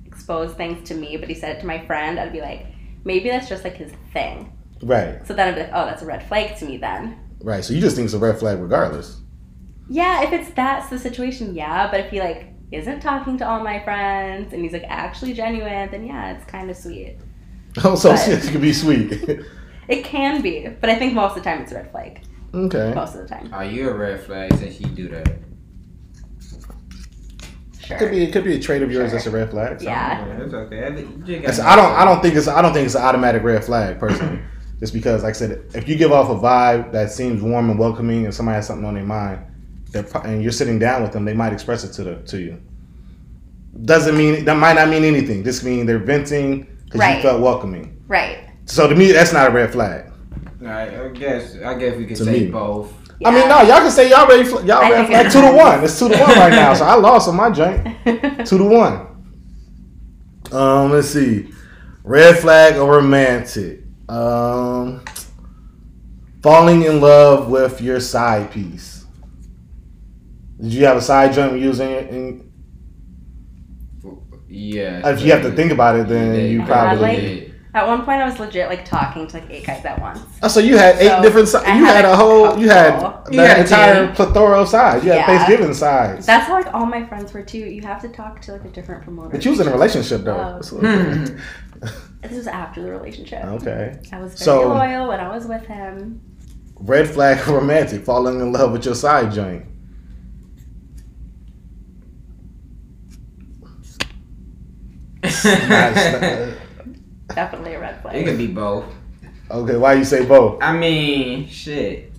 Speaker 4: expose things to me, but he said it to my friend, I'd be like, maybe that's just like his thing.
Speaker 1: Right,
Speaker 4: So then I'd be like, oh, that's a red flag to me then.
Speaker 1: right. So you just think it's a red flag, regardless.
Speaker 4: Yeah, if it's that's the situation, yeah. But if he like isn't talking to all my friends and he's like actually genuine, then yeah, it's kind of sweet.
Speaker 1: Oh, so
Speaker 4: Right.
Speaker 1: shit, you could be sweet.
Speaker 4: It can be, but I think most of the time it's a red flag.
Speaker 1: okay.
Speaker 4: Most of the time,
Speaker 3: Are Oh, you a red flag since you do that?
Speaker 4: sure.
Speaker 1: Could be. It could be a trait of yours
Speaker 4: Sure.
Speaker 1: that's a red flag. so.
Speaker 4: Yeah.
Speaker 3: That's okay. I, think- you
Speaker 1: It's-
Speaker 3: got-
Speaker 1: I don't. I don't think it's. I don't think it's an automatic red flag, personally. Just because, like I said, if you give off a vibe that seems warm and welcoming, and somebody has something on their mind, they're, pro- and you're sitting down with them, they might express it to the, to you. Doesn't mean that might not mean anything. Just mean they're venting because
Speaker 4: Right.
Speaker 1: you felt welcoming.
Speaker 4: Right.
Speaker 1: So to me, that's not a red flag.
Speaker 3: I, I guess. I guess we could
Speaker 1: To
Speaker 3: say
Speaker 1: me.
Speaker 3: both.
Speaker 1: I mean, no, y'all can say y'all ready. Fl- y'all
Speaker 4: I
Speaker 1: red
Speaker 4: think
Speaker 1: flag
Speaker 4: it
Speaker 1: two to
Speaker 4: depends.
Speaker 1: one. It's two to one right now. So I lost on my joint.
Speaker 4: no.
Speaker 1: Two to one. Um, let's see. Red flag or romantic? Um, falling in love with your side piece. Did you have a side joint when you was in? in
Speaker 3: Yeah.
Speaker 1: if you have to think about it, then
Speaker 3: Yeah,
Speaker 1: you
Speaker 3: yeah,
Speaker 1: probably.
Speaker 4: Red light? At one point, I was legit like talking to like eight guys at once.
Speaker 1: Oh, so you had eight
Speaker 4: So,
Speaker 1: different. Si-
Speaker 4: I
Speaker 1: you
Speaker 4: had
Speaker 1: had,
Speaker 4: a
Speaker 1: a whole. You had
Speaker 4: couple.
Speaker 1: the
Speaker 3: You had
Speaker 1: entire
Speaker 3: ten.
Speaker 1: plethora of sides. You had
Speaker 4: Yeah.
Speaker 1: Thanksgiving sides.
Speaker 4: That's how like all my friends were too. You have to talk to like a different promoter.
Speaker 1: but you was in a relationship though.
Speaker 4: Oh.
Speaker 1: So-
Speaker 3: Hmm.
Speaker 4: This was after the relationship.
Speaker 1: okay.
Speaker 4: I was very
Speaker 1: Oh. So-
Speaker 4: loyal when I was with him.
Speaker 1: Red flag or romantic? Falling in love with your side joint. Nice.
Speaker 4: Definitely a red flag.
Speaker 3: It could be both.
Speaker 1: okay, why you say both?
Speaker 3: I mean, shit.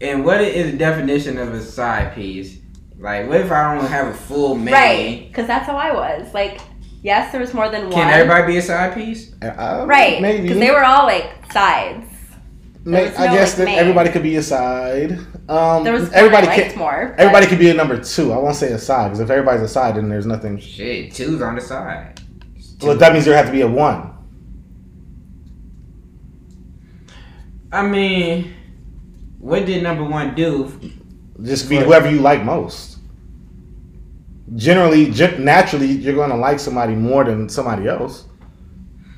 Speaker 3: And what is the definition of a side piece? Like, what if I don't have a full main?
Speaker 4: Right, because that's how I was. Like, yes, there was more than one.
Speaker 3: Can everybody be a side piece?
Speaker 1: Uh,
Speaker 4: Right,
Speaker 1: Maybe.
Speaker 4: because they were all like sides.
Speaker 1: May-
Speaker 4: there was
Speaker 1: I
Speaker 4: no,
Speaker 1: guess
Speaker 4: like,
Speaker 1: that
Speaker 4: may.
Speaker 1: everybody could be a side. Um,
Speaker 4: There was one
Speaker 1: everybody
Speaker 4: I
Speaker 1: can.
Speaker 4: liked more. but-
Speaker 1: Everybody could be a number two. I won't say a side because if everybody's a side, then there's nothing.
Speaker 3: Shit, two's on the side.
Speaker 1: Well, that means there have to be a one.
Speaker 3: I mean, what did number one do?
Speaker 1: Just be
Speaker 3: Right.
Speaker 1: whoever you like most. Generally, gen- naturally, you're going to like somebody more than somebody else.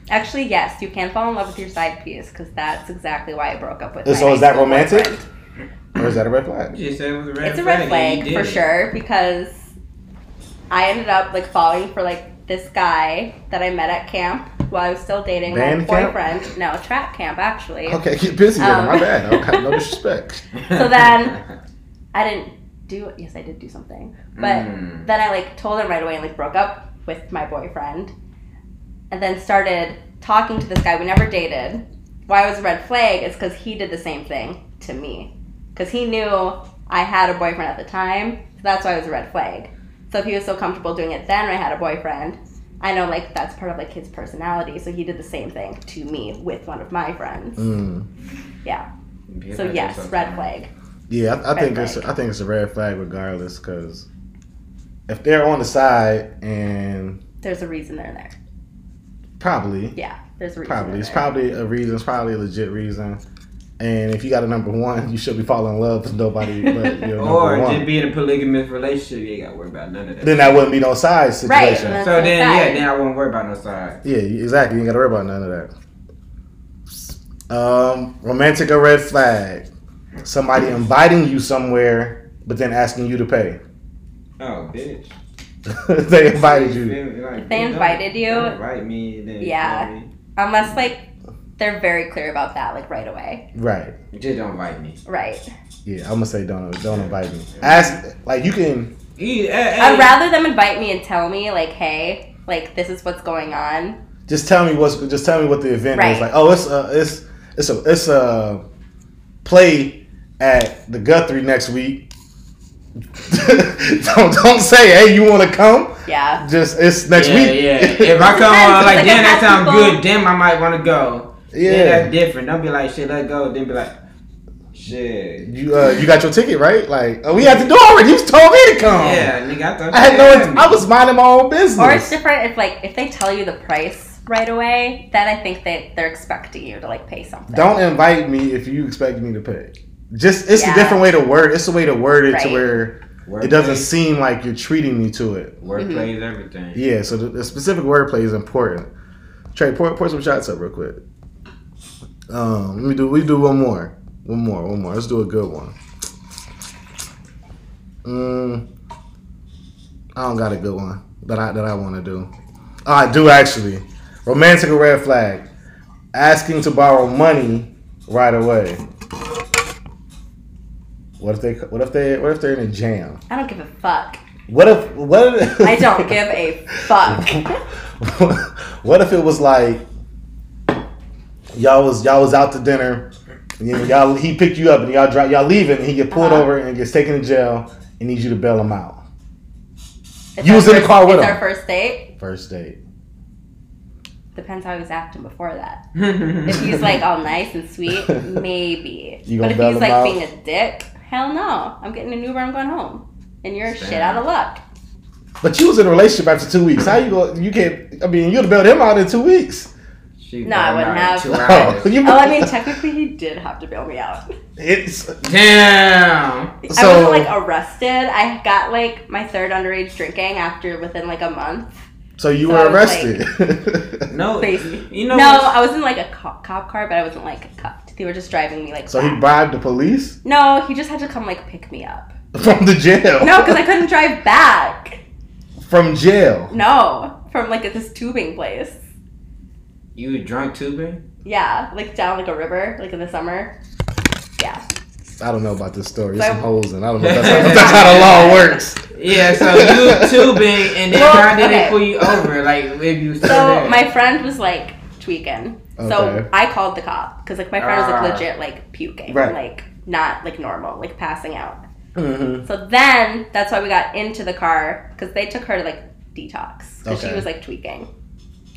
Speaker 4: Actually, yes, you can fall in love with your side piece because that's exactly why I broke up with.
Speaker 1: And
Speaker 4: my
Speaker 1: so
Speaker 4: high
Speaker 1: is that
Speaker 4: school
Speaker 1: romantic?
Speaker 4: boyfriend.
Speaker 1: Or is that a red flag?
Speaker 3: You just said it was a red
Speaker 4: It's a red
Speaker 3: and you
Speaker 4: flag
Speaker 3: did
Speaker 4: for
Speaker 3: it.
Speaker 4: sure because I ended up like falling for like this guy that I met at camp while I was still dating my
Speaker 1: Band camp?
Speaker 4: boyfriend. No, trap camp actually.
Speaker 1: Okay, get busy. then.
Speaker 4: Um.
Speaker 1: My bad. Okay, no disrespect.
Speaker 4: So then- I didn't do. Yes, I did do something, but
Speaker 3: Mm.
Speaker 4: then I like told him right away and like broke up with my boyfriend and then started talking to this guy we never dated. Why it was a red flag is because he did the same thing to me. Because he knew I had a boyfriend at the time, so that's why it was a red flag. So if he was so comfortable doing it then when I had a boyfriend, I know like that's part of like his personality. So he did the same thing to me with one of my friends.
Speaker 1: Mm.
Speaker 3: People
Speaker 4: So
Speaker 3: do
Speaker 4: yes, red
Speaker 3: something.
Speaker 4: flag.
Speaker 1: Yeah, I, I
Speaker 4: Red
Speaker 1: think it's I think it's a red flag regardless because if they're on the side and
Speaker 4: There's a reason they're there.
Speaker 1: probably
Speaker 4: Yeah, there's a reason.
Speaker 1: probably
Speaker 4: they're
Speaker 1: it's
Speaker 4: there.
Speaker 1: probably a reason it's probably a legit reason. And if you got a number one, you should be falling in love with nobody but your number
Speaker 3: Or
Speaker 1: one.
Speaker 3: just be in a polygamous relationship, you ain't gotta worry about none of that.
Speaker 1: then that wouldn't be no side
Speaker 4: Right,
Speaker 1: situation.
Speaker 4: and
Speaker 3: so then,
Speaker 4: That's a
Speaker 3: yeah,
Speaker 4: fact.
Speaker 3: then I won't worry about no side.
Speaker 1: Yeah, you- exactly. You ain't got to worry about none of that. Um, romantic or red flag? Somebody inviting you somewhere, but then asking you to pay.
Speaker 3: Oh, bitch.
Speaker 1: they invited you.
Speaker 3: Like,
Speaker 4: If they
Speaker 3: don't-
Speaker 4: invited you-
Speaker 3: don't Invite me. Then,
Speaker 4: Yeah.
Speaker 3: you know what
Speaker 4: Unless like they're very clear about that, like right away.
Speaker 1: Right.
Speaker 3: I mean? Just don't invite me.
Speaker 4: Right.
Speaker 1: Yeah, I'm gonna say don't don't invite me. Ask like you can.
Speaker 3: E- eh, eh.
Speaker 4: I'd rather them invite me and tell me like, hey, like this is what's going on.
Speaker 1: Just tell me what's just tell me what the event is
Speaker 4: Right.
Speaker 1: like. Oh, it's a it's it's a it's a play at the Guthrie next week. don't don't say hey you want to come.
Speaker 4: Yeah.
Speaker 1: Just it's next
Speaker 3: yeah,
Speaker 1: week.
Speaker 3: yeah. If I come
Speaker 4: Depends,
Speaker 3: on like
Speaker 4: like,
Speaker 3: damn
Speaker 4: I
Speaker 3: that
Speaker 4: have
Speaker 3: sound
Speaker 4: people-
Speaker 3: good, damn I might want to go. Yeah.
Speaker 1: yeah.
Speaker 3: that's different. Don't be like shit, let go. Then be like shit.
Speaker 1: You uh, you got your ticket right? Like oh, we had to do it already. You told me to come.
Speaker 3: Yeah, nigga, I thought
Speaker 1: Oh. I had no.
Speaker 3: you
Speaker 1: int- I was minding my own business.
Speaker 4: Or it's different if like if they tell you the price right away, then I think that they're expecting you to like pay something.
Speaker 1: Don't invite me if you expect me to pay. Just it's
Speaker 4: Yeah.
Speaker 1: a different way to word. It's a way to word it to
Speaker 4: Right.
Speaker 1: where
Speaker 3: Word
Speaker 1: it doesn't
Speaker 3: plays-
Speaker 1: seem like you're treating me to it.
Speaker 3: word
Speaker 4: Mhm.
Speaker 3: plays everything.
Speaker 1: Yeah. So the, the specific wordplay is important. Trey, pour, pour some shots up real quick. Um, let me do. We do one more. One more. One more. Let's do a good one. Mm, I don't got a good one that I that I want to do. Oh, I do actually. Romantic or red flag? Asking to borrow money right away. What if they? What if they? What if they're in a jam?
Speaker 4: I don't give a fuck.
Speaker 1: What if? What? If,
Speaker 4: I don't give a fuck.
Speaker 1: what if it was like y'all was y'all was out to dinner, and you know, y'all he picked you up and y'all drive y'all leaving and he get pulled
Speaker 4: Uh-huh.
Speaker 1: over and gets taken to jail and needs you to bail him out.
Speaker 4: It's
Speaker 1: You
Speaker 4: our
Speaker 1: was in the
Speaker 4: first-
Speaker 1: car with
Speaker 4: it's
Speaker 1: him.
Speaker 4: our first date.
Speaker 1: First date.
Speaker 4: Depends how he was acting before that.
Speaker 3: Yeah.
Speaker 4: If he's like all nice and sweet, maybe.
Speaker 1: You
Speaker 4: but
Speaker 1: gonna
Speaker 4: if
Speaker 1: bail
Speaker 4: he's
Speaker 1: him
Speaker 4: like
Speaker 1: out?
Speaker 4: being a dick, hell no. I'm getting an Uber. I'm going home. And you're
Speaker 3: Damn.
Speaker 4: shit out of luck.
Speaker 1: But you was in a relationship after two weeks. How you go? You can't. I mean, you'd have bailed him out in two weeks.
Speaker 3: She
Speaker 4: No, I
Speaker 3: burned
Speaker 4: wouldn't
Speaker 3: out in two
Speaker 4: have.
Speaker 3: hours.
Speaker 1: You-
Speaker 4: Oh, I mean, technically, he did have to bail me out.
Speaker 1: it's
Speaker 3: Damn.
Speaker 4: I
Speaker 1: So-
Speaker 4: wasn't like arrested. I got like my third underage drinking after within like a month.
Speaker 1: so you
Speaker 4: So I
Speaker 1: were
Speaker 4: was
Speaker 1: arrested.
Speaker 3: No,
Speaker 4: Crazy.
Speaker 3: you know.
Speaker 4: No, I was in like a cop, cop car, but I wasn't like cuffed. They were just driving me like.
Speaker 1: so he
Speaker 4: back.
Speaker 1: bribed the police
Speaker 4: no, he just had to come like pick me up.
Speaker 1: from the jail.
Speaker 4: No, because I couldn't drive back.
Speaker 1: from jail.
Speaker 4: No, from like this tubing place.
Speaker 3: You was drunk tubing?
Speaker 4: Yeah, like down like a river, like in the summer. Yeah.
Speaker 1: I don't know about this story. There's
Speaker 4: So-
Speaker 1: some holes in. it. I don't know if that's how, if that's how the law works.
Speaker 3: Yeah, so you tubing and then
Speaker 4: Well,
Speaker 3: how did
Speaker 4: okay.
Speaker 3: they pull you over? Like if you still
Speaker 4: So
Speaker 3: there.
Speaker 4: my friend was like tweaking.
Speaker 1: Okay.
Speaker 4: So I called the cop because like my friend was
Speaker 3: Ah.
Speaker 4: like legit like puking,
Speaker 1: Right.
Speaker 4: like not like normal, like passing out.
Speaker 1: Mm-hmm.
Speaker 4: So then that's why we got into the car because they took her to like detox because
Speaker 1: Okay.
Speaker 4: she was like tweaking.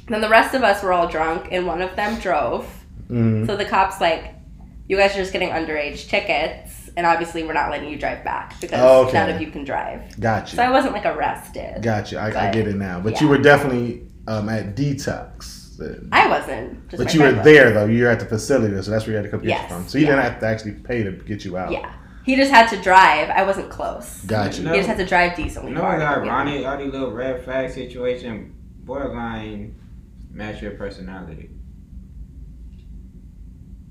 Speaker 4: Then the rest of us were all drunk and one of them drove.
Speaker 1: Mm.
Speaker 4: So the cops like, you guys are just getting underage tickets and obviously we're not letting you drive back because
Speaker 1: Oh, Okay.
Speaker 4: none of you can drive.
Speaker 1: Got
Speaker 4: So
Speaker 1: you.
Speaker 4: I wasn't like arrested.
Speaker 1: Got you. I, I
Speaker 4: But-
Speaker 1: get it now. But you were definitely um, at detox. then.
Speaker 4: I wasn't. Just my
Speaker 1: But you were
Speaker 4: friend was.
Speaker 1: there though. You were at the facility, so that's where you had to come get
Speaker 4: Yes,
Speaker 1: you from. So you
Speaker 4: yeah.
Speaker 1: didn't have to actually pay to get you out.
Speaker 4: Yeah. He just had to drive. I wasn't close.
Speaker 1: Got you.
Speaker 3: No.
Speaker 4: He just had to drive decently.
Speaker 3: You know
Speaker 4: far
Speaker 3: what's
Speaker 4: to get me.
Speaker 3: ironic? All these little red flag situation borderline match your personality.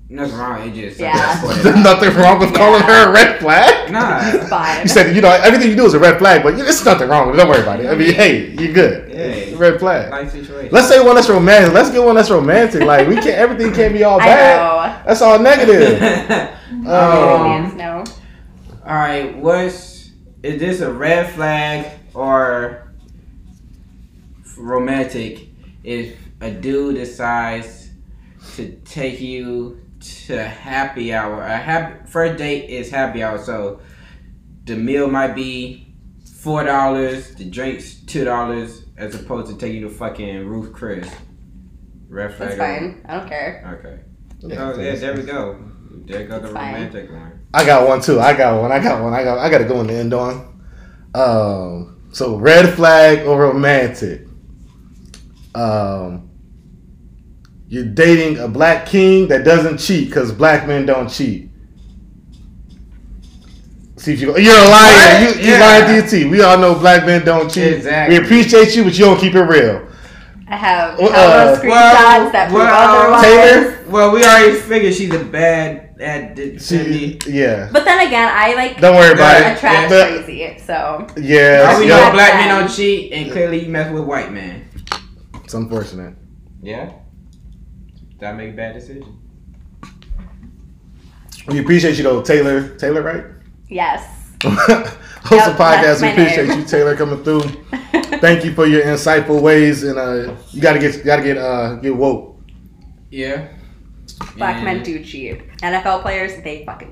Speaker 3: Nothing wrong. It just
Speaker 4: Yeah.
Speaker 1: nothing wrong with calling her a red flag.
Speaker 3: Nah.
Speaker 4: Fine.
Speaker 1: You said you know everything you do is a red flag, but it's nothing wrong with it. Don't worry about it. I mean, hey, you're good.
Speaker 3: Yeah.
Speaker 1: It's a red flag.
Speaker 3: Life situation.
Speaker 1: Let's say one that's romantic. Let's get one that's romantic. Like we can't. Everything can't be all
Speaker 4: I
Speaker 1: Oh, bad. Oh.
Speaker 4: know.
Speaker 1: That's all negative.
Speaker 3: Um,
Speaker 4: Aliens, no.
Speaker 3: all right. What's is this a red flag or romantic? If a dude decides to take you to happy hour, a happy first date is happy hour, so the meal might be four dollars, the drinks two dollars, as opposed to taking you to fucking Ruth Chris. Red flag.
Speaker 4: That's
Speaker 3: or-
Speaker 4: fine. I don't care.
Speaker 3: Okay.
Speaker 1: Yeah,
Speaker 3: Oh yeah, there we go. There go the
Speaker 4: It's fine.
Speaker 3: romantic one.
Speaker 1: I got one too. I got one. I got one. I got. I got to go in the end on. Um. So red flag or romantic. Um. You're dating a black king that doesn't cheat because black men don't cheat. See if you go. You're a liar.
Speaker 3: What?
Speaker 1: You, you
Speaker 3: Yeah.
Speaker 1: lying to your teeth. We all know black men don't cheat.
Speaker 3: Exactly.
Speaker 1: We appreciate you, but you don't keep it real.
Speaker 4: I have
Speaker 1: Uh,
Speaker 4: hella
Speaker 1: uh,
Speaker 4: screenshots
Speaker 3: well,
Speaker 4: that prove
Speaker 3: well,
Speaker 4: otherwise.
Speaker 1: Taylor?
Speaker 3: Well, we already figured she's a bad at d-
Speaker 1: She,
Speaker 3: Cindy.
Speaker 1: yeah.
Speaker 4: But then again, I like
Speaker 1: Don't worry about
Speaker 3: Yeah.
Speaker 1: it.
Speaker 4: attract
Speaker 1: But-
Speaker 4: crazy, so
Speaker 1: Yeah.
Speaker 3: Now
Speaker 1: yeah.
Speaker 3: we know
Speaker 4: Black
Speaker 3: black
Speaker 4: man.
Speaker 3: men don't cheat, and clearly you mess with white man.
Speaker 1: It's unfortunate.
Speaker 3: Yeah. That make a bad decision.
Speaker 1: We appreciate you though, Taylor. Taylor, right?
Speaker 4: yes.
Speaker 1: host of
Speaker 4: Yep,
Speaker 1: podcast.
Speaker 4: that's
Speaker 1: We
Speaker 4: my
Speaker 1: appreciate
Speaker 4: name.
Speaker 1: you, Taylor, coming through.
Speaker 4: Thank
Speaker 1: Thank you for your insightful ways, and uh, you gotta get you gotta get uh, get woke.
Speaker 3: Yeah.
Speaker 4: Black men
Speaker 3: And-
Speaker 4: do cheat. NFL players, they fucking